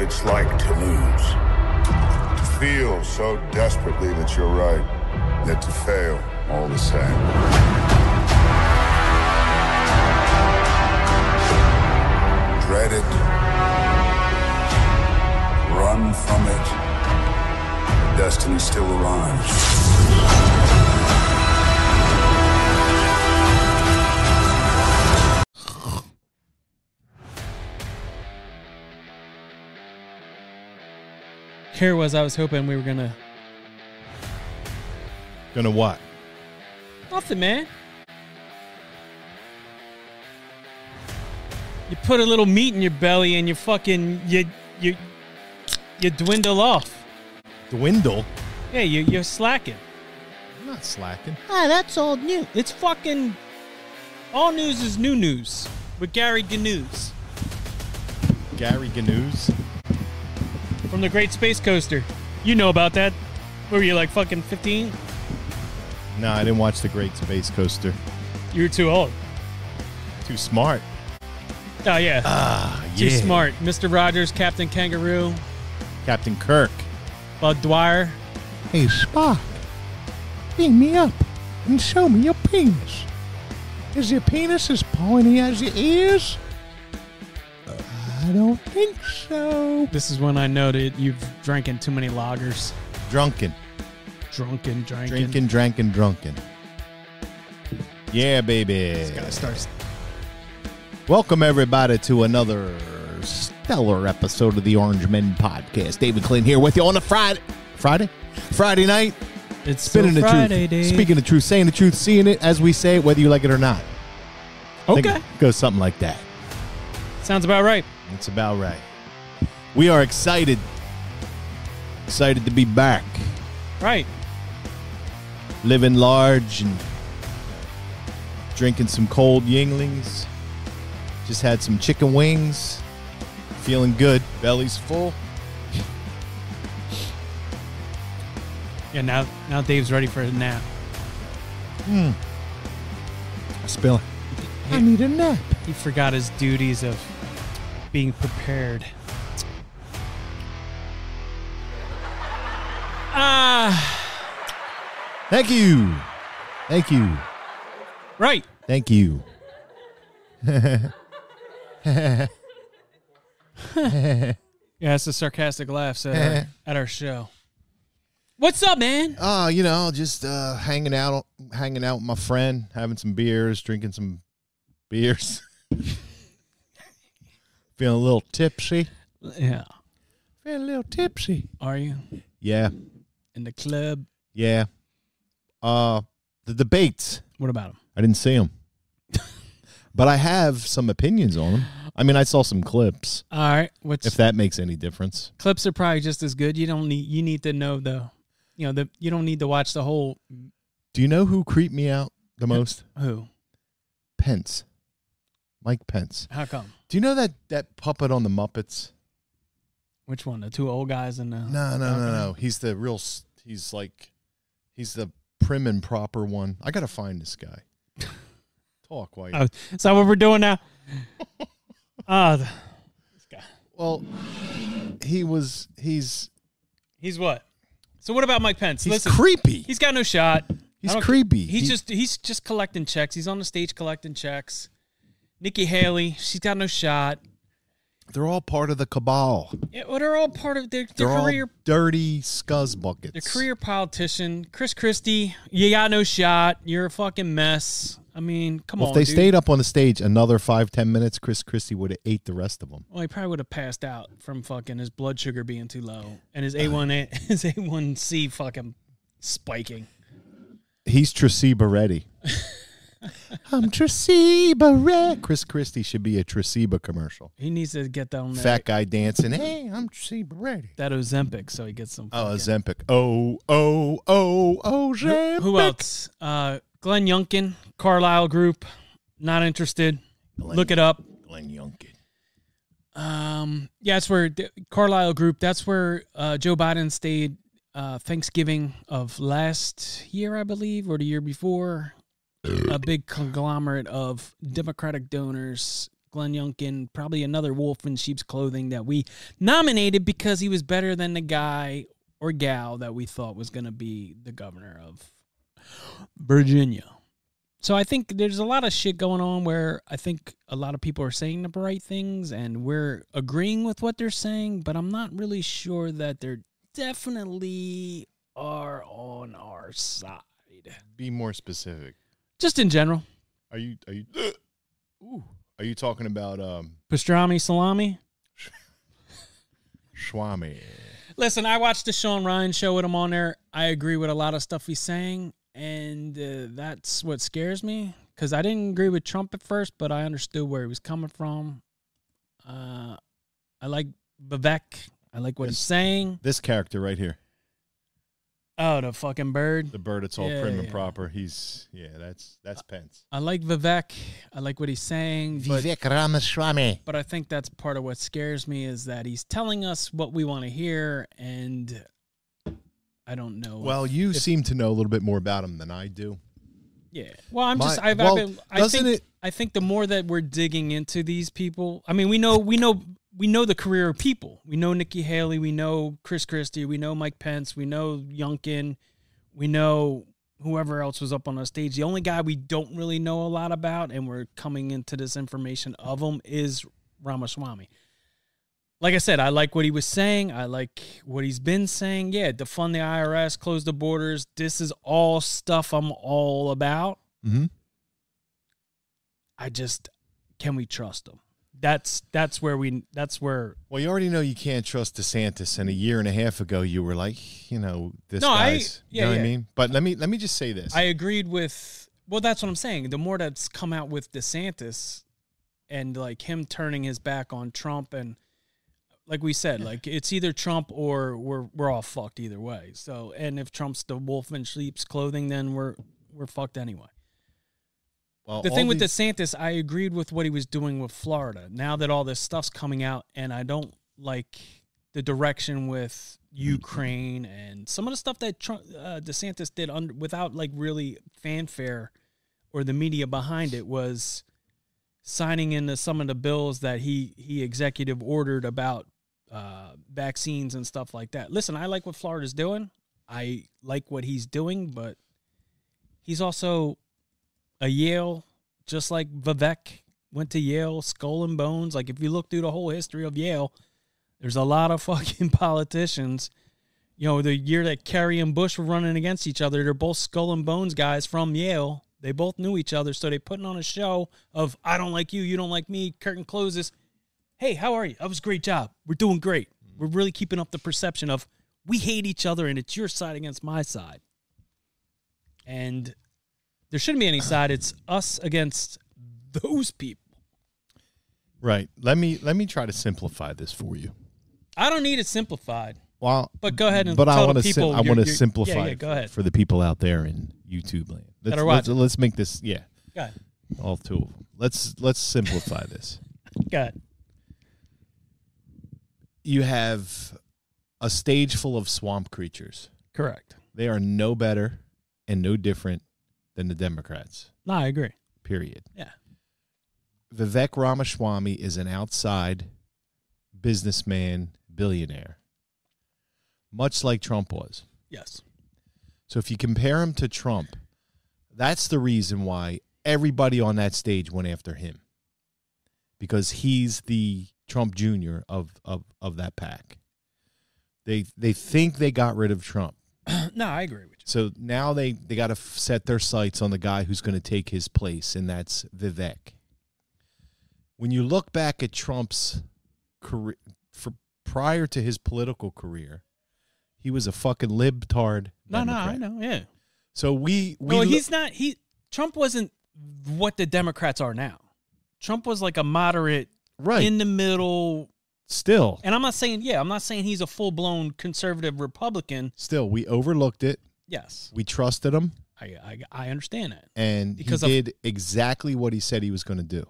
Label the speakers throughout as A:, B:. A: it's like to lose. To feel so desperately that you're right, yet to fail all the same. Dread it. Run from it. Destiny still arrives.
B: Here was I was hoping we were gonna
C: Gonna what?
B: nothing, man. You put a little meat in your belly and you fucking you you you dwindle off.
C: Dwindle?
B: Yeah, you you're slacking.
C: I'm not slacking.
B: Ah, that's old news. It's fucking all news is new news with Gary Ganews
C: Gary Ganous.
B: from the Great Space Coaster. You know about that? What were you like fucking fifteen?
C: No, I didn't watch the Great Space Coaster.
B: You were too old.
C: Too smart.
B: Oh yeah,
C: Ah,
B: too smart. Mister Rogers, Captain Kangaroo,
C: Captain Kirk.
B: Bud Dwyer.
D: Hey, Spock, beam me up and show me your penis. Is your penis as pointy as your ears? I don't think so.
B: This is when I know that you've drinking too many lagers.
C: Drunken.
B: Drunken, drinking.
C: Drinking, drinking, drunken. Yeah, baby.
B: Gotta start.
C: Welcome, everybody, to another stellar episode of the Orange Men Podcast. David Clint here with you on a Friday. Friday? Friday night.
B: It's
C: Spinning
B: still
C: the
B: Friday,
C: truth.
B: Dave.
C: Speaking the truth, saying the truth, seeing it as we say it, whether you like it or not. I think
B: Okay,
C: it goes something like that.
B: sounds about right.
C: That's about right. We are excited. Excited to be back.
B: Right.
C: Living large and drinking some cold yinglings. Just had some chicken wings. Feeling good. Belly's full.
B: Yeah. Now, now Dave's ready for a nap.
C: Spilling.
D: I need a nap.
B: He forgot his duties of being prepared. Ah,
C: Thank you. Thank you.
B: right.
C: Thank you.
B: Yeah, that's the sarcastic laughs at our, at our show. What's up, man?
C: Oh, you know, just uh, hanging out, hanging out with my friend, having some beers, drinking some beers, feeling a little tipsy.
B: Yeah.
D: Feeling a little tipsy.
B: Are you
C: Yeah,
B: in the club?
C: yeah. Uh, the debates.
B: What about him?
C: I didn't see them, but I have some opinions on them. I mean, I saw some clips.
B: All right. What's
C: If that makes any difference,
B: clips are probably just as good. You don't need you need to know the you know the you don't need to watch the whole
C: do you know who creeped me out the most?
B: who.
C: Pence, Mike Pence.
B: How come?
C: Do you know that that puppet on the Muppets?
B: Which one? The two old guys and the
C: No, no, no,
B: balcony?
C: no. He's the real. s- He's like, he's the prim and proper one. I gotta find this guy. Talk while. you-
B: Oh, is that what we're doing now? Ah, th-
C: Well, he was. He's.
B: he's what? So what about Mike Pence?
C: He's
B: Listen,
C: creepy. He's,
B: he's got no shot. I don't-
C: creepy.
B: He's
C: He-
B: just he's just collecting checks. He's on the stage collecting checks. Nikki Haley, she's got no shot.
C: They're all part of the cabal.
B: Yeah, well, they're all part of their,
C: They're
B: their career
C: all dirty scuzz buckets.
B: The career politician, Chris Christie, you got no shot. You're a fucking mess. I mean, come on.
C: Well, if they
B: dude.
C: stayed up on the stage another five ten minutes, Chris Christie would have ate the rest of them.
B: well, he probably would have passed out from fucking his blood sugar being too low and
C: Uh,
B: his A1A, his A1C fucking spiking.
C: He's Traceba ready. I'm Traceba ready. Chris Christie should be a Traceba commercial.
B: He needs to get down that
C: Fat guy dancing. Hey, I'm Traceba ready.
B: that Ozempic so he gets some.
C: Oh,
B: fucking-
C: Zempic. Oh, oh, oh, oh, Zempic.
B: Who else? Uh, Glenn Youngkin, Carlisle Group. Not interested. Look it up.
C: Glenn Youngkin.
B: Um, yeah, that's where the Carlisle Group. That's where uh, Joe Biden stayed uh, Thanksgiving of last year, I believe, or the year before. a big conglomerate of Democratic donors, Glenn Youngkin, probably another wolf in sheep's clothing that we nominated because he was better than the guy or gal that we thought was going to be the governor of Virginia. So I think there's a lot of shit going on where I think a lot of people are saying the right things and we're agreeing with what they're saying, but I'm not really sure that they're definitely are on our side.
C: Be more specific.
B: Just in general,
C: Are you are you Ooh. are you talking about um
B: pastrami, salami.
C: Schwami?
B: Listen, I watched the Sean Ryan show with him on there. I agree with a lot of stuff he's saying, and uh, that's what scares me because I didn't agree with Trump at first, but I understood where he was coming from. Uh, I like Vivek. I like what he's saying.
C: This character right here,
B: Oh, the fucking bird.
C: the bird, it's all
B: Yeah,
C: prim and
B: yeah.
C: proper. He's yeah, that's that's Pence.
B: I like Vivek. I like what he's saying, but
E: Vivek Ramaswamy.
B: but I think that's part of what scares me is that he's telling us what we want to hear, and I don't know.
C: Well, you seem to know a little bit more about him than I do.
B: yeah. Well, I'm
C: my-
B: just. I've,
C: well,
B: I've been, I
C: doesn't
B: think.
C: it-
B: I think the more that we're digging into these people, I mean, we know, we know, we know the career of people. We know Nikki Haley. We know Chris Christie. We know Mike Pence. We know Youngkin. We know whoever else was up on the stage. The only guy we don't really know a lot about, and we're coming into this information of him, is Ramaswamy. Like I said, I like what he was saying. I like what he's been saying. Yeah, defund the IRS, close the borders. This is all stuff I'm all about.
C: Mhm.
B: I just can we trust him? That's that's where we that's where
C: Well, you already know you can't trust DeSantis, and a year and a half ago you were like, you know, this
B: No, I-
C: guy's.
B: yeah,
C: you know
B: yeah.
C: what I mean? But let me let me just say this.
B: I agreed with. Well, that's what I'm saying. The more that's come out with DeSantis, and like him turning his back on Trump, and like we said, like it's either Trump or we're we're all fucked either way. So, and if Trump's the wolf in sheep's clothing, then we're we're fucked anyway.
C: well,
B: The
C: all
B: thing with
C: these-
B: DeSantis, I agreed with what he was doing with Florida. Now that all this stuff's coming out, and I don't like the direction with Ukraine and some of the stuff that Trump, uh, DeSantis did under, without like really fanfare or the media behind it was signing into some of the bills that he he executive ordered about uh, vaccines and stuff like that. Listen, I like what Florida's doing. I like what he's doing, but he's also a Yale, just like Vivek went to Yale, skull and bones. Like if you look through the whole history of Yale, there's a lot of fucking politicians. You know, the year that Kerry and Bush were running against each other, they're both skull and bones guys from Yale. They both knew each other, so they putting on a show of I don't like you, you don't like me, curtain closes. Hey, how are you? That was a great job. We're doing great. We're really keeping up the perception of we hate each other and it's your side against my side. And there shouldn't be any side. It's us against those people.
C: right. Let me let me try to simplify this for you.
B: I don't need it simplified,
C: Well,
B: but go ahead and
C: but
B: tell
C: I want
B: the
C: to sim-
B: people.
C: I
B: your-
C: want to
B: your-
C: simplify
B: Yeah, yeah,
C: it
B: go ahead.
C: for the people out there in YouTube land. Let's,
B: are
C: let's,
B: watching.
C: let's make this yeah,
B: Go ahead.
C: all two of them. Let's let's simplify this.
B: Go ahead.
C: You have a stage full of swamp creatures.
B: Correct.
C: They are no better and no different than the Democrats.
B: No, I agree.
C: Period.
B: Yeah.
C: Vivek Ramaswamy is an outside businessman billionaire, much like Trump was.
B: Yes.
C: So if you compare him to Trump, that's the reason why everybody on that stage went after him. Because he's the Trump Jr. of of, of that pack. They they think they got rid of Trump.
B: no, I agree with you.
C: So now they they got to f- set their sights on the guy who's going to take his place, and that's Vivek. When you look back at Trump's career, for prior to his political career, he was a fucking libtard.
B: No, no, I
C: Democrat.
B: know. Yeah.
C: So we we
B: No,
C: lo-
B: he's not. He Trump wasn't what the Democrats are now. Trump was like a moderate,
C: right
B: in the middle.
C: still
B: And I'm not saying, yeah, I'm not saying he's a full blown conservative Republican.
C: still we overlooked it.
B: Yes,
C: We trusted him,
B: I I, I understand that.
C: and
B: Because
C: he
B: of-
C: did exactly what he said he was going to do.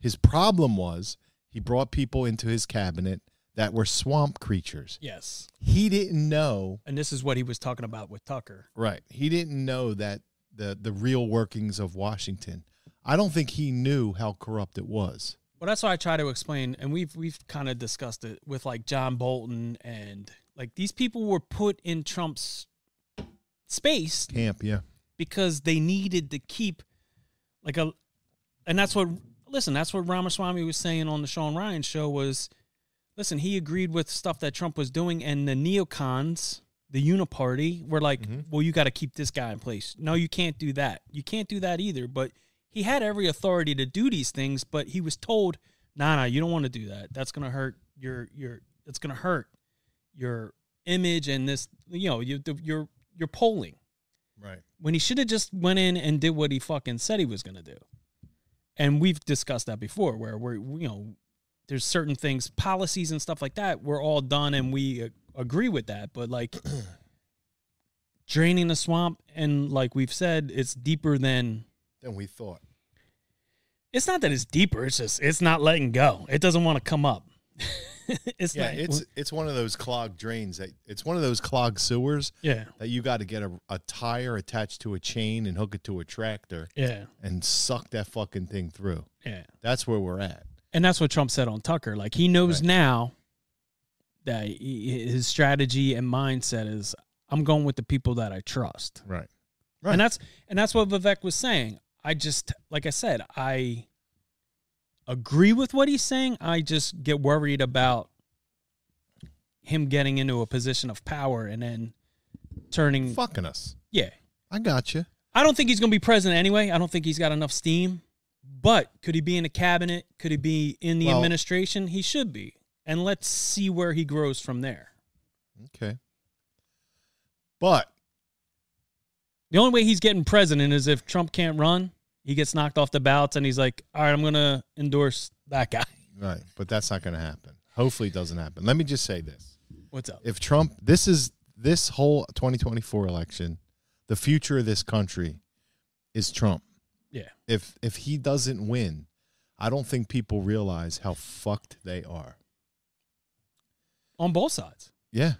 C: His problem was he brought people into his cabinet that were swamp creatures.
B: Yes,
C: He didn't know
B: and this is what he was talking about with Tucker.
C: Right. He didn't know that the the real workings of Washington. I don't think he knew how corrupt it was.
B: Well, that's why I try to explain, and we've we've kind of discussed it with like John Bolton and like these people were put in Trump's space
C: Camp, yeah.
B: because they needed to keep like a and that's what listen that's what ramaswamy was saying on the sean ryan show was listen he agreed with stuff that trump was doing and the neocons the uniparty were like well you got to keep this guy in place no you can't do that you can't do that either but he had every authority to do these things but he was told nah nah you don't want to do that that's going to hurt your your it's going to hurt your image and this you know you, your your polling
C: Right.
B: when he should have just went in and did what he fucking said he was going to do. And we've discussed that before where we're, you know, there's certain things, policies and stuff like that, we're all done and we uh, agree with that. But like draining the swamp, and like we've said, it's deeper than,
C: Then we thought.
B: it's not that it's deeper, it's just, it's not letting go. It doesn't want to come up. it's
C: Yeah,
B: not,
C: it's it's one of those clogged drains that it's one of those clogged sewers
B: yeah,
C: that you got to get a, a tire attached to a chain and hook it to a tractor
B: yeah,
C: and suck that fucking thing through.
B: yeah.
C: That's where we're at.
B: And that's what Trump said on Tucker. Like he knows
C: Right.
B: now that he, his strategy and mindset is I'm going with the people that I trust.
C: Right. Right.
B: And that's and that's what Vivek was saying. I just like I said, I agree with what he's saying. I just get worried about him getting into a position of power and then turning
C: Fucking us.
B: yeah.
C: I got you.
B: I don't think he's going to be president anyway. I don't think he's got enough steam. But could he be in the cabinet? Could he be in the
C: Well-
B: administration? He should be. And let's see where he grows from there.
C: Okay. But
B: The only way he's getting president is if Trump can't run, he gets knocked off the ballots and he's like, all right, I'm going to endorse that guy.
C: right, but that's not going to happen. Hopefully, it doesn't happen. Let me just say this:
B: What's up?
C: if Trump, this is this whole 2024 election, the future of this country is Trump.
B: Yeah.
C: If if he doesn't win, I don't think people realize how fucked they are.
B: On both sides.
C: Yeah,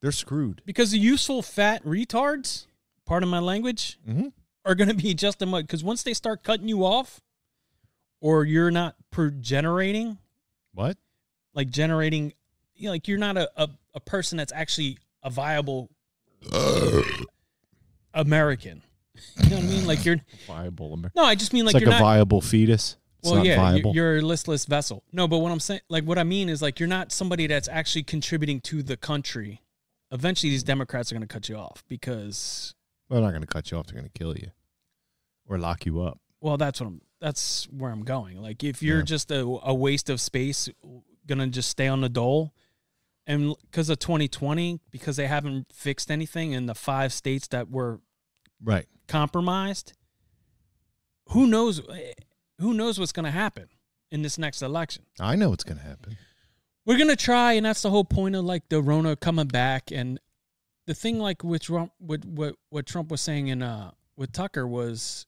C: they're screwed.
B: Because the useful fat retards, pardon my language,
C: Mhm.
B: are going to be just as much. Because once they start cutting you off or you're not per- generating,
C: What?
B: like generating you know, like you're not a, a, a person that's actually a viable American. You know what I mean? Like you're
C: Viable America.
B: no, I just mean like,
C: It's like a
B: you're not
C: viable fetus. It's
B: well
C: not
B: yeah, you-
C: viable.
B: you're a listless vessel. No, but what I'm saying like what I mean is like you're not somebody that's actually contributing to the country. Eventually these Democrats are gonna cut you off because
C: They're not going to cut you off. They're going to kill you or lock you up.
B: well that's what I'm that's where I'm going. Like if you're
C: Yeah.
B: just a, a waste of space gonna just stay on the dole and because of 2020 because they haven't fixed anything in the five states that were
C: Right.
B: compromised who knows eh, who knows what's going to happen in this next election
C: I know what's going to happen.
B: we're going to try and that's the whole point of like the rona coming back and the thing like with trump with what what trump was saying in uh with tucker was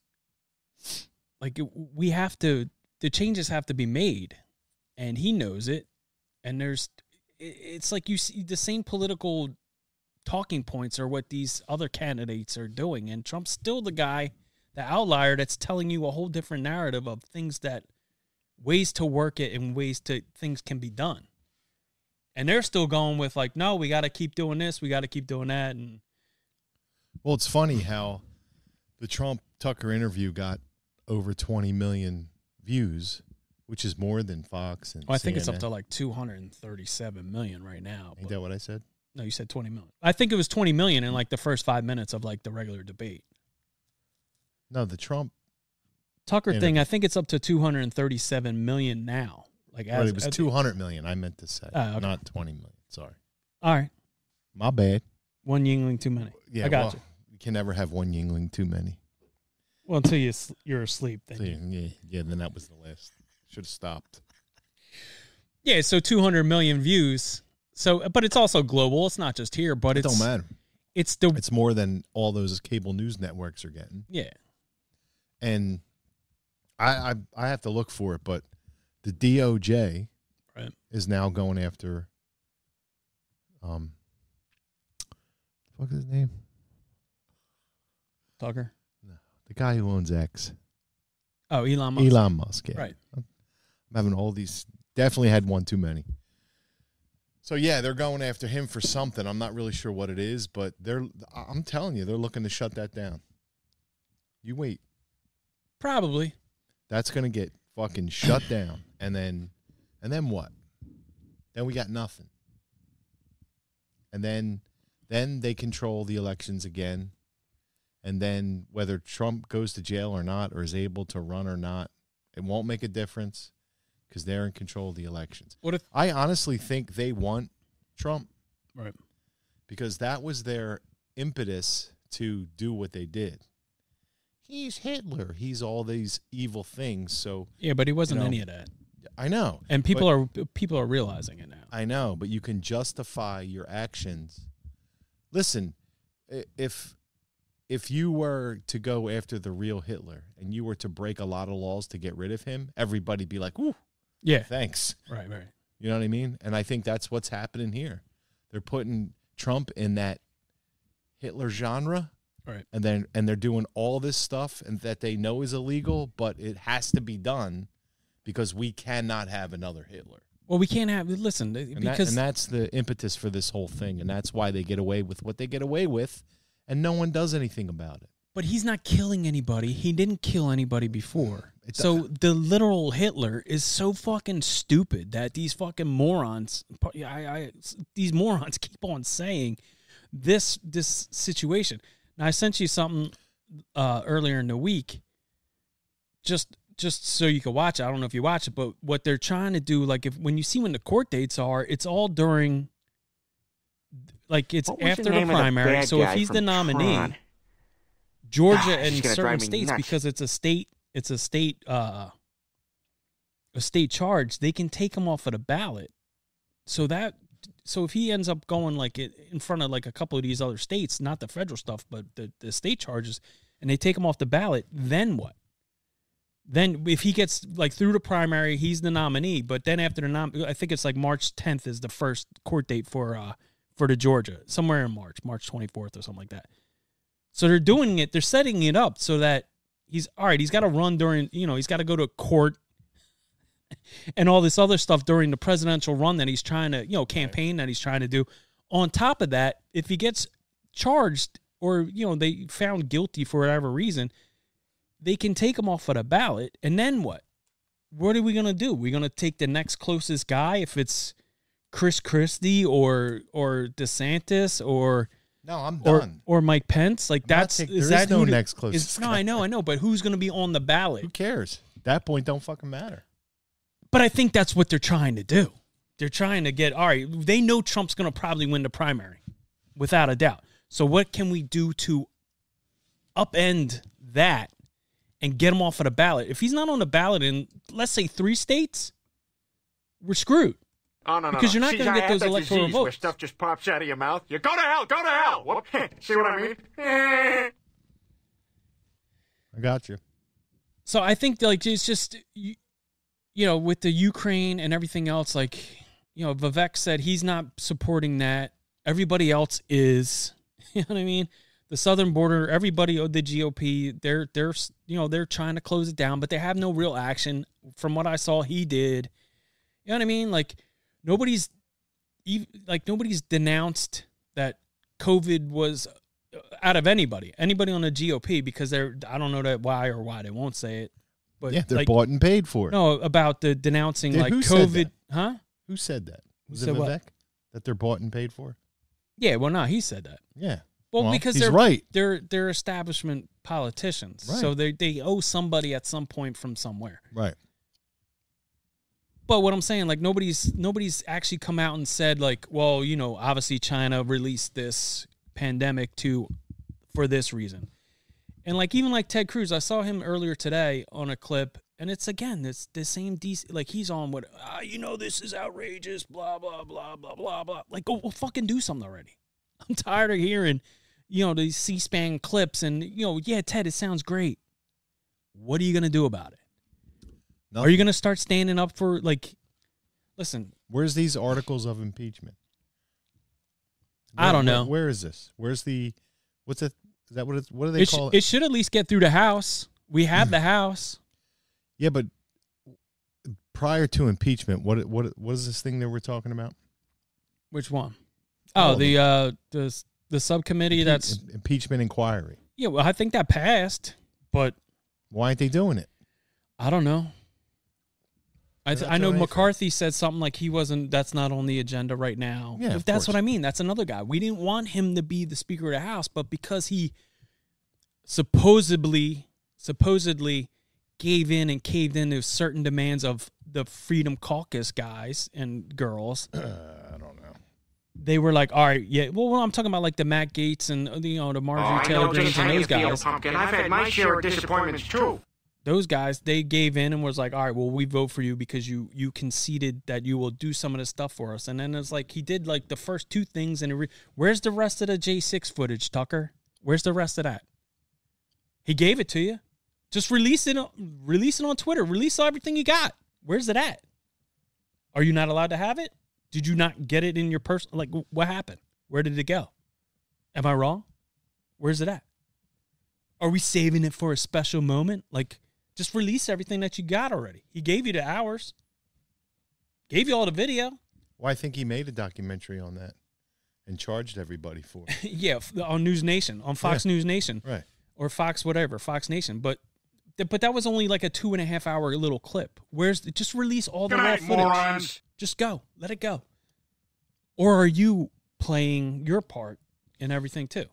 B: like it- we have to the changes have to be made and he knows it and there's it- it's like you see the same political talking points are what these other candidates are doing and trump's still the guy the outlier that's telling you a whole different narrative of things that ways to work it and ways to things can be done and they're still going with like no we got to keep doing this we got to keep doing that and
C: Well, it's funny how the Trump Tucker interview got over 20 million views, which is more than Fox and
B: well, Oh, i think it's up
C: CNN.
B: to like 237 million right now but-
C: Ain't that what I said?
B: no you said 20 million i think it was 20 million in like the first five minutes of like the regular debate
C: No, the Trump.
B: tucker
C: And
B: thing i think it's up to 237 million now like
C: Well,
B: as,
C: it was
B: as-
C: 200 million. I meant to say,
B: Oh, okay.
C: not 20 million. Sorry,
B: all right
C: my bad.
B: one yingling too many
C: Yeah,
B: i got
C: well,
B: you
C: you can never have one Yingling too many.
B: well until you, s- you're asleep then
C: So,
B: you-
C: yeah, yeah, yeah, then that was the last. Should have stopped.
B: yeah so 200 million views so but it's also global it's not just here but
C: It
B: it's
C: don't matter.
B: it's the
C: It's more than all those cable news networks are getting.
B: yeah
C: and I, I I have to look for it, but the DOJ
B: Right.
C: is now going after um what's his name?
B: tucker
C: The guy who owns X.
B: Oh, Elon Musk.
C: Elon Musk, yeah.
B: Right.
C: I'm I'm having all these. Definitely had one too many. So yeah, they're going after him for something. I'm not really sure what it is, but they're. I- I'm telling you, they're looking to shut that down. You wait.
B: Probably.
C: That's gonna get fucking shut down, and then, and then what? Then we got nothing. And then, then they control the elections again, and then whether Trump goes to jail or not, or is able to run or not, it won't make a difference because they're in control of the elections.
B: What if?
C: I honestly think they want Trump
B: Right.
C: because that was their impetus to do what they did. He's Hitler. He's all these evil things. So
B: Yeah, but he wasn't
C: know,
B: any of that,
C: I know.
B: and
C: but-
B: people are people are realizing it now.
C: I know, but you can justify your actions. Listen, i- if if you were to go after the real Hitler and you were to break a lot of laws to get rid of him, everybody'd be like, "Ooh,
B: Yeah.
C: thanks."
B: Right. Right.
C: You know what I mean? And I think that's what's happening here. They're putting Trump in that Hitler genre.
B: Right.
C: And then and they're doing all this stuff and that they know is illegal, but it has to be done because we cannot have another Hitler.
B: Well, we can't have. Listen,
C: And, that-
B: because
C: and that's the impetus for this whole thing. And that's why they get away with what they get away with and no one does anything about it.
B: But he's not killing anybody. He didn't kill anybody before.
C: It-
B: so the literal Hitler is so fucking stupid that these fucking morons, I, I, these morons keep on saying this this situation. Now I sent you something uh, earlier in the week, just just so you could watch. it. I don't know if you watch it, but what they're trying to do, like if when you see when the court dates are, it's all during, like it's
F: What was
B: after
F: the,
B: the
F: name of
B: primary.
F: bad
B: so if
F: guy
B: he's the
F: from
B: nominee.
F: Tron?
B: Georgia
F: Ah,
B: and
F: she's gonna
B: certain
F: drive me
B: states
F: nuts.
B: because it's a state it's a state uh a state charge they can take him off of the ballot so that so if he ends up going like it in front of like a couple of these other states not the federal stuff but the, the state charges and they take him off the ballot then what then if he gets like through the primary he's the nominee but then after the nom i think it's like march 10th is the first court date for uh for the georgia somewhere in march march 24th or something like that so they're doing it. They're setting it up so that he's all right. He's got to run during, you know, he's got to go to court and all this other stuff during the presidential run that he's trying to, you know, campaign that he's trying to do. On top of that, if he gets charged or, you know, they found guilty for whatever reason, they can take him off of the ballot. And then what? What are we going to do? We're going to take the next closest guy if it's Chris Christie or or DeSantis or
C: No, I'm done.
B: or, or Mike Pence. Like that's
C: taking-
B: is
C: there
B: that
C: is no
B: who to-
C: next
B: is-
C: closest
B: No,
C: guy.
B: I know, I know, but who's going to be on the ballot?
C: Who cares? At that point don't fucking matter.
B: But I think that's what they're trying to do. They're trying to get all right. They know Trump's going to probably win the primary, without a doubt. So what can we do to upend that and get him off of the ballot? If he's not on the ballot in let's say three states, we're screwed.
F: Oh, no, no,
B: Because
F: no.
B: you're not
F: See,
B: gonna
F: I
B: get
F: had
B: those
F: that
B: electoral
F: disease Where
B: votes.
F: stuff just pops out of your mouth. You go to hell, go to hell. Whoop. See what I mean?
C: I got you.
B: so I think like it's just you, you know with the Ukraine and everything else like you know Vivek said he's not supporting that everybody else is you know what I mean the southern border everybody oh, the GOP they're they're you know they're trying to close it down but they have no real action from what I saw he did you know what I mean like nobody's ev- like nobody's denounced that COVID was uh, out of anybody, anybody on the GOP, because they're I don't know that why or why they won't say it, but
C: yeah, they're
B: like,
C: bought and paid for it.
B: no about the denouncing
C: Dude,
B: like
C: who said
B: COVID, huh?
C: Who said that? Was it
B: said what?
C: Vivek? That they're bought and paid for?
B: Yeah, well, no, he said that.
C: Yeah.
B: Well, because
C: he's
B: they're
C: right.
B: they're they're establishment politicians, so
C: Right.
B: they they owe somebody at some point from somewhere.
C: Right.
B: But what I'm saying, like nobody's nobody's actually come out and said like, well, you know, obviously China released this pandemic to for this reason. And like even like Ted Cruz, I saw him earlier today on a clip, and it's again it's the same DC. Like he's on what ah, you know this is outrageous, blah blah blah blah blah blah. Like go well, fucking do something already. I'm tired of hearing, you know, these C-SPAN clips, and you know, yeah, Ted, it sounds great. What are you gonna do about it? Are you
C: Nothing.
B: gonna start standing up for like? Listen,
C: Where's these articles of impeachment?
B: I don't
C: Where-
B: know.
C: where is this? Where's the? What's it? Is that what? It's, what do they
B: it, sh-
C: call it?
B: it should at least get through the House. We have the House.
C: Yeah, but prior to impeachment, what what what is this thing that we're talking about?
B: Which one? Oh, the uh the the subcommittee that's
C: Im- impeachment inquiry.
B: yeah, well I think that passed, but
C: Why aren't they doing it?
B: I don't know. I,
C: They're
B: th-
C: not
B: I know
C: doing anything.
B: McCarthy said something like he wasn't. That's not on the agenda right now.
C: Yeah,
B: If
C: of
B: that's
C: course.
B: what I mean. That's another guy. We didn't want him to be the Speaker of the House, but because he supposedly supposedly gave in and caved into certain demands of the Freedom Caucus guys and girls,
C: Uh, I don't know.
B: they were like, "All right, yeah." Well, I'm talking about like the Matt Gates and uh, you know the
F: Oh,
B: Marjorie Taylor Greens and those guys.
F: pumpkin. I've had my share of disappointments too.
B: those guys they gave in and was like all right well we vote for you because you you conceded that you will do some of this stuff for us and then it's like he did like the first two things and it re- where's the rest of the j6 footage tucker where's the rest of that he gave it to you just release it on- release it on twitter release everything you got where's it at are you not allowed to have it did you not get it in your person like wh- what happened where did it go am i wrong where's it at are we saving it for a special moment like just release everything that you got already. He gave you the hours, gave you all the video.
C: Well, I think he made a documentary on that and charged everybody for it.
B: yeah, f- on News Nation, on Fox News Nation,
C: Right.
B: or Fox whatever, Fox Nation. But th- but that was only like a two and a half hour little clip. Where's the, just release all the
F: Good
B: raw
F: night,
B: footage.
F: morons.
B: Just go, let it go. Or are you playing your part in everything too?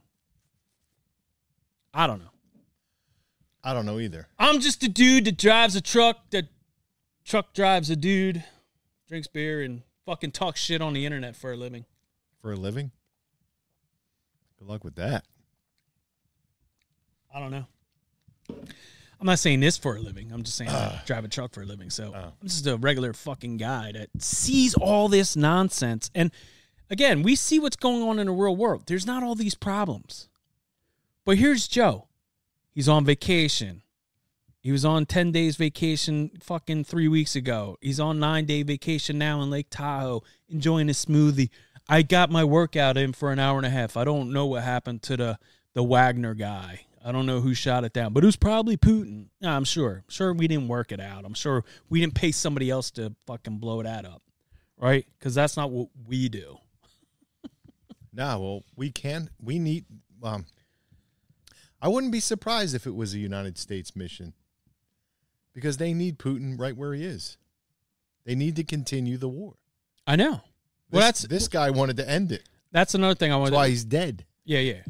B: I don't know.
C: I don't know either.
B: I'm just a dude that drives a truck. That truck drives a dude, drinks beer, and fucking talks shit on the internet for a living.
C: For a living? Good luck with that.
B: I don't know. I'm not saying this for a living. I'm just saying I drive a truck for a living. So I'm just a regular fucking guy that sees all this nonsense. And again, we see what's going on in the real world. There's not all these problems. But here's Joe. He's on vacation. He was on 10 days vacation fucking three weeks ago. He's on nine day vacation now in Lake Tahoe, enjoying his smoothie. I got my workout in for an hour and a half. I don't know what happened to the, the Wagner guy. I don't know who shot it down, but it was probably Putin. Nah, I'm sure. Sure, we didn't work it out. I'm sure we didn't pay somebody else to fucking blow that up, right? Because that's not what we do.
C: Nah, well, we can. We need. Um, I wouldn't be surprised if it was a United States mission because they need Putin right where he is. They need to continue the war.
B: I know.
C: This,
B: Well, that's
C: this guy wanted to end it.
B: that's another thing I want
C: That's
B: to.
C: why he's dead.
B: Yeah, yeah.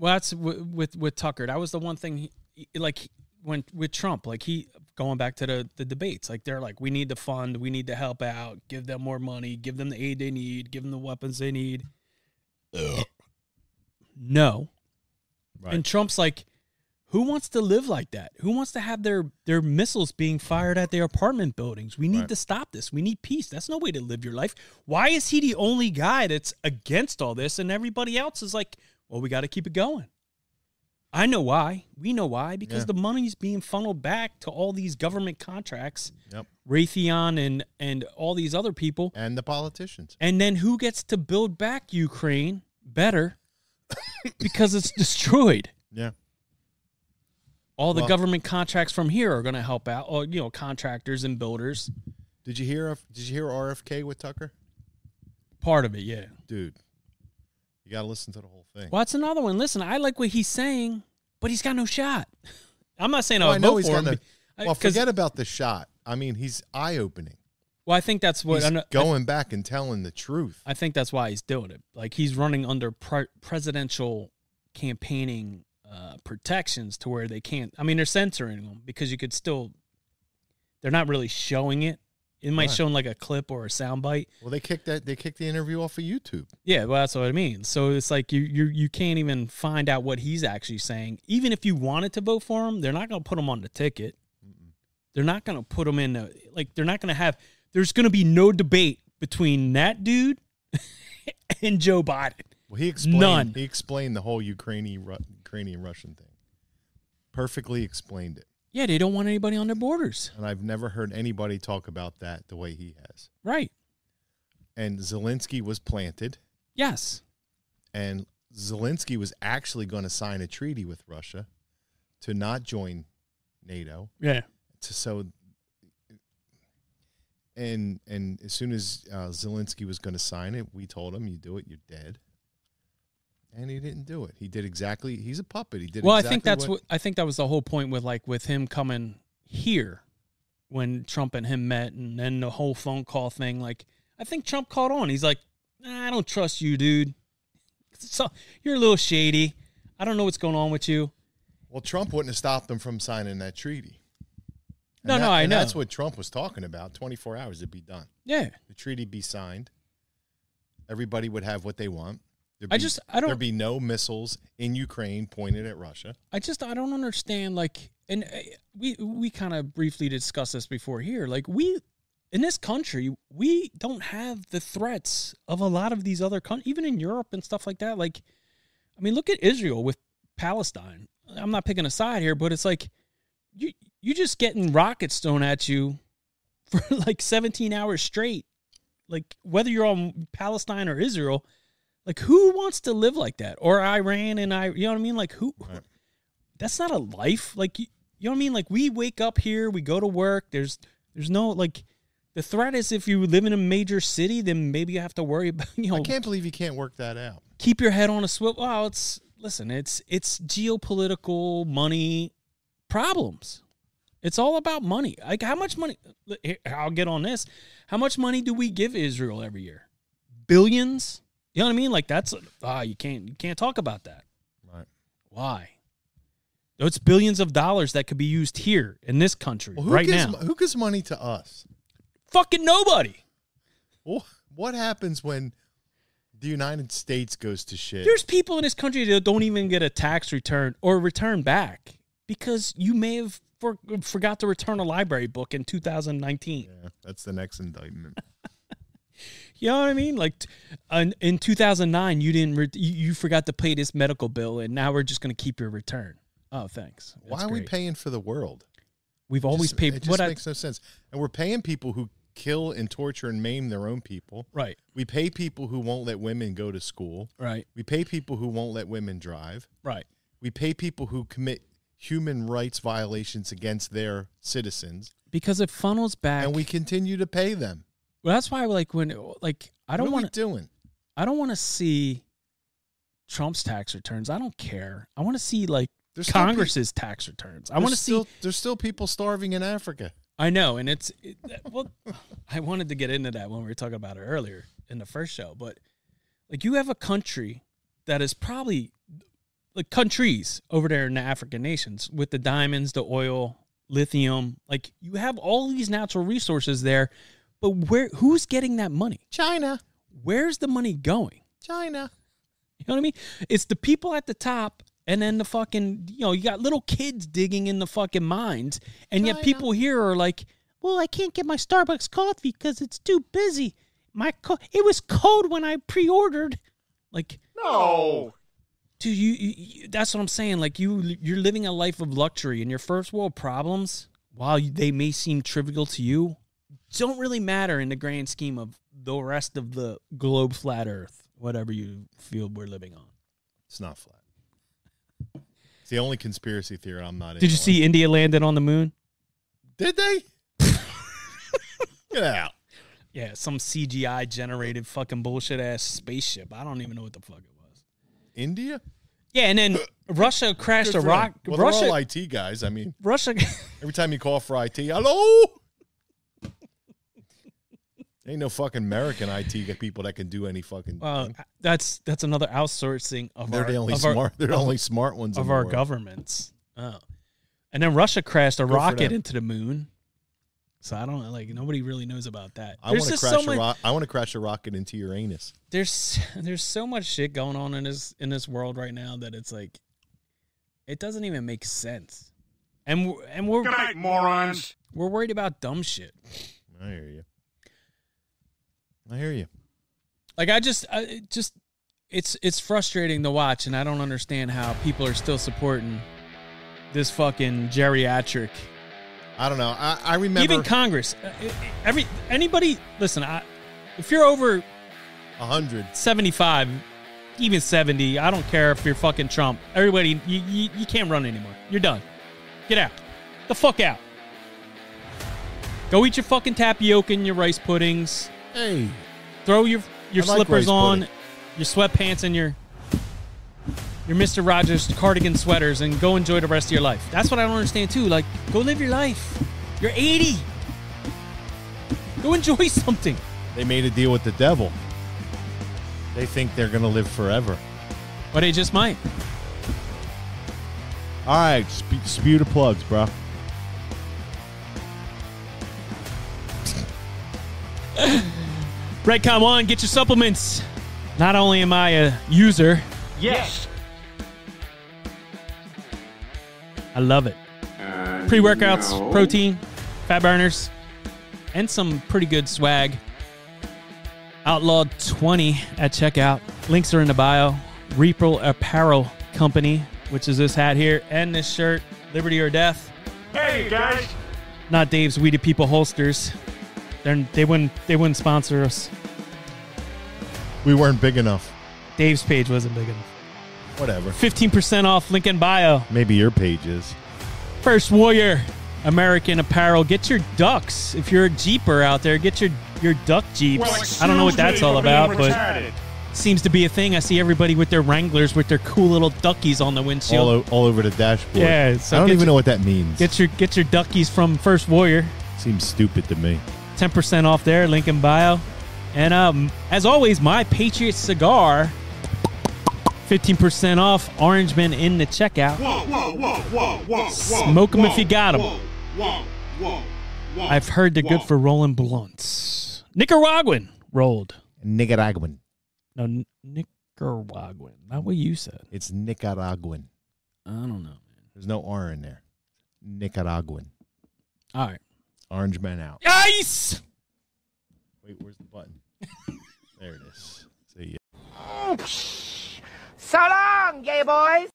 B: Well, that's w- with with Tucker. That was the one thing, he- he, like he- when with Trump, like he going back to the the debates. Like they're like, we need to fund, we need to help out, give them more money, give them the aid they need, give them the weapons they need. No,
C: Right.
B: and Trump's like, who wants to live like that? Who wants to have their their missiles being fired at their apartment buildings? We need to stop this. We need peace. That's no way to live your life. Why is he the only guy that's against all this and everybody else is like, well, we got to keep it going. I know why. We know why because
C: Yeah.
B: the money's being funneled back to all these government contracts,
C: Yep.
B: Raytheon and and all these other people.
C: And the politicians.
B: And then who gets to build back Ukraine better because it's destroyed?
C: Yeah.
B: all the
C: Well-
B: government contracts from here are going to help out or you know contractors and builders
C: Did you hear? of- Did you hear RFK with Tucker?
B: part of it yeah
C: Dude, you got to listen to the whole thing.
B: well that's another one listen i like what he's saying but he's got no shot i'm not saying
C: Well,
B: i'll
C: I know
B: vote
C: he's
B: for him
C: gonna.
B: be- I-
C: Well,
B: 'cause-
C: forget about the shot. I mean, he's eye opening.
B: well i think that's what
C: He's
B: I, know, I,
C: going back and telling the truth.
B: I think that's why he's doing it like he's running under pre- presidential campaigning uh, protections to where they can't i mean they're censoring them because you could still they're not really showing it it might
C: Right.
B: show in like a clip or a sound bite
C: Well, they kicked that. They kicked the interview off of YouTube.
B: Yeah, well, that's what I mean. So it's like you you you can't even find out what he's actually saying. Even if you wanted to vote for him, they're not going to put him on the ticket. They're not going to put him in the like. They're not going to have. There's going to be no debate between that dude and Joe Biden.
C: Well, he explained.
B: None.
C: He explained the whole Ukrainian Ru- Ukrainian Russian thing. Perfectly explained it,
B: Yeah, they don't want anybody on their borders.
C: and I've never heard anybody talk about that the way he has.
B: Right.
C: And Zelensky was planted,
B: Yes.
C: and Zelensky was actually going to sign a treaty with Russia to not join NATO.
B: Yeah.
C: To, so and and as soon as uh, Zelensky was going to sign it, we told him, "You do it, you're dead." And he didn't do it. He did exactly. He's a puppet. He did.
B: well,
C: exactly
B: I think that's what, I think that was the whole point with like with him coming here when Trump and him met, and then the whole phone call thing. Like, I think Trump caught on. He's like, nah, "I don't trust you, dude. So you're a little shady. I don't know what's going on with you."
C: Well, Trump wouldn't have stopped him from signing that treaty. And
B: No,
C: that-
B: no, I
C: and
B: know.
C: That's what Trump was talking about. Twenty four hours it'd be done.
B: yeah,
C: The treaty be signed. Everybody would have what they want. There'd
B: I
C: be-
B: just- I don't-
C: There'd be no missiles in Ukraine pointed at Russia.
B: I just I don't understand. Like, and uh, we we kind of briefly discussed this before here. Like, we in this country we don't have the threats of a lot of these other countries, even in Europe and stuff like that. Like, I mean, look at Israel with Palestine. I'm not picking a side here, but it's like you you just getting rockets thrown at you for like 17 hours straight. Like whether you're on Palestine or Israel, like who wants to live like that? Or Iran and I, you know what I mean? Like who? That's not a life. Like you, you know what I mean? Like we wake up here, we go to work. There's there's no like. The threat is if you live in a major city, then maybe you have to worry about you know
C: I can't believe you can't work that out.
B: keep your head on a swivel. Well, it's listen, it's it's geopolitical money problems. It's all about money. Like how much money? here, I'll get on this. How much money do we give Israel every year? Billions. You know what I mean? Like that's ah, you can't you can't talk about that.
C: Right.
B: Why? It's billions of dollars that could be used here in this country
C: Well, who
B: right
C: gives,
B: now.
C: mo- Who gives money to us?
B: Fucking nobody.
C: Wh- What happens when the United States goes to shit?
B: There's people in this country that don't even get a tax return or return back because you may have for, forgot to return a library book in 2019.
C: yeah, that's the next indictment.
B: You know what I mean? Like, t- in, in 2009, you didn't re- you, you forgot to pay this medical bill, and now we're just going to keep your return. Oh, thanks. That's
C: Why are we
B: great.
C: paying for the world?
B: We've always
C: Just-
B: paid.
C: It
B: what
C: just
B: I-
C: makes no sense. And we're paying people who kill and torture and maim their own people.
B: right,
C: We pay people who won't let women go to school.
B: right,
C: We pay people who won't let women drive.
B: right.
C: We pay people who commit human rights violations against their citizens,
B: Because it funnels back.
C: and we continue to pay them.
B: well, that's why, like, when like I don't
C: what
B: want
C: are we doing.
B: I don't want to see Trump's tax returns. I don't care. I want to see like
C: There's still
B: Congress's tax returns. I
C: There's
B: want to see.
C: still- There's still people starving in Africa.
B: I know, and it's it, well. I wanted to get into that when we were talking about it earlier in the first show, but like you have a country that is probably like countries over there in the African nations with the diamonds, the oil, lithium. Like you have all these natural resources there, but where who's getting that money?
C: China,
B: Where's the money going?
C: China.
B: You know what I mean? It's the people at the top, and then the fucking you know you got little kids digging in the fucking mines, and yet people here are like, "Well, I can't get my Starbucks coffee because it's too busy. My co- it was cold when I pre-ordered." Like,
F: No!
B: dude, you, you, you that's what I'm saying. Like, you you're living a life of luxury, and your first world problems, while you- they may seem trivial to you, don't really matter in the grand scheme of the rest of the globe, flat Earth, whatever you feel we're living on.
C: It's not flat. It's the only conspiracy theory I'm not in.
B: Did you
C: on.
B: see India landed on the moon?
C: Did they? Get out.
B: Yeah, some CGI generated fucking bullshit ass spaceship. I don't even know what the fuck it was.
C: India?
B: Yeah, and then Russia crashed a rock.
C: Well, they're
B: Russia,
C: all IT guys. I mean,
B: Russia.
C: every time you call for IT, hello? Ain't no fucking American IT got people that can do any fucking.
B: Well,
C: thing.
B: that's that's another outsourcing of
C: they're
B: our
C: the only
B: of our-
C: smart. they're the only smart ones in
B: of
C: the
B: our
C: world.
B: governments. Oh, and then Russia crashed a
C: for
B: rocket
C: them.
B: into the moon. So I don't like nobody really knows about that.
C: I want to
B: just
C: crash
B: so much-
C: a ro- I want to crash a rocket into Uranus.
B: there's there's so much shit going on in this in this world right now that it's like it doesn't even make sense. And we're, and we're
F: Good night, morons!
B: we're worried about dumb shit.
C: I hear you. I hear you.
B: Like I just I it just it's it's frustrating to watch and I don't understand how people are still supporting this fucking geriatric
C: I don't know. I, I remember
B: even Congress uh, it- it- every anybody listen I if you're over
C: a hundred.
B: 75 even 70 I don't care if you're fucking Trump everybody you, you, you can't run anymore you're done get out the fuck out Go eat your fucking tapioca and your rice puddings.
C: Hey,
B: Throw your your
C: I like
B: slippers
C: rice
B: on,
C: pudding.
B: your sweatpants and your your Mister Rogers cardigan sweaters, and go enjoy the rest of your life. That's what I don't understand too. Like, go live your life. You're 80. Go enjoy something.
C: they made a deal with the devil. They think they're going to live forever.
B: But it just might.
C: All right, spe- spew the plugs, bro.
B: Redcom One, get your supplements. Not only am I a user,
F: Yes.
B: I love it. Pre workouts,
F: no.
B: protein, fat burners, and some pretty good swag. Outlawed 20 at checkout. Links are in the bio. Reaper Apparel Company, which is this hat here and this shirt, Liberty or Death.
F: Hey, guys.
B: Not Dave's Weedy People holsters. They're, they wouldn't they wouldn't sponsor us.
C: We weren't big enough.
B: Dave's page wasn't big enough.
C: Whatever.
B: 15% off link in bio.
C: Maybe your page is.
B: First Warrior American Apparel. Get your ducks. If you're a Jeeper out there, get your your duck Jeeps. I don't know what that's all about, but seems to be a thing. I see everybody with their Wranglers with their cool little duckies on the windshield.
C: All, o- all over the dashboard.
B: Yeah, so
C: I don't
B: get
C: even
B: your-
C: know what that means.
B: Get your get your duckies from First Warrior.
C: Seems stupid to me.
B: 10% off there, link in bio. And um, as always, my Patriot cigar. 15% off Orangeman in the checkout.
F: Whoa, whoa, whoa, whoa, whoa, whoa.
B: Smoke 'em if you got 'em.
F: Whoa, whoa, whoa, whoa.
B: I've heard they're good for rolling blunts. Nicaraguan rolled.
C: Nicaraguan.
B: No, N- Nicaraguan. Not what you said.
C: It's Nicaraguan.
B: I don't know.
C: There's no R in there. Nicaraguan.
B: All right.
C: Orange man out.
B: Ice!
C: Wait, where's the button? there it is. See ya.
G: So long, gay boys.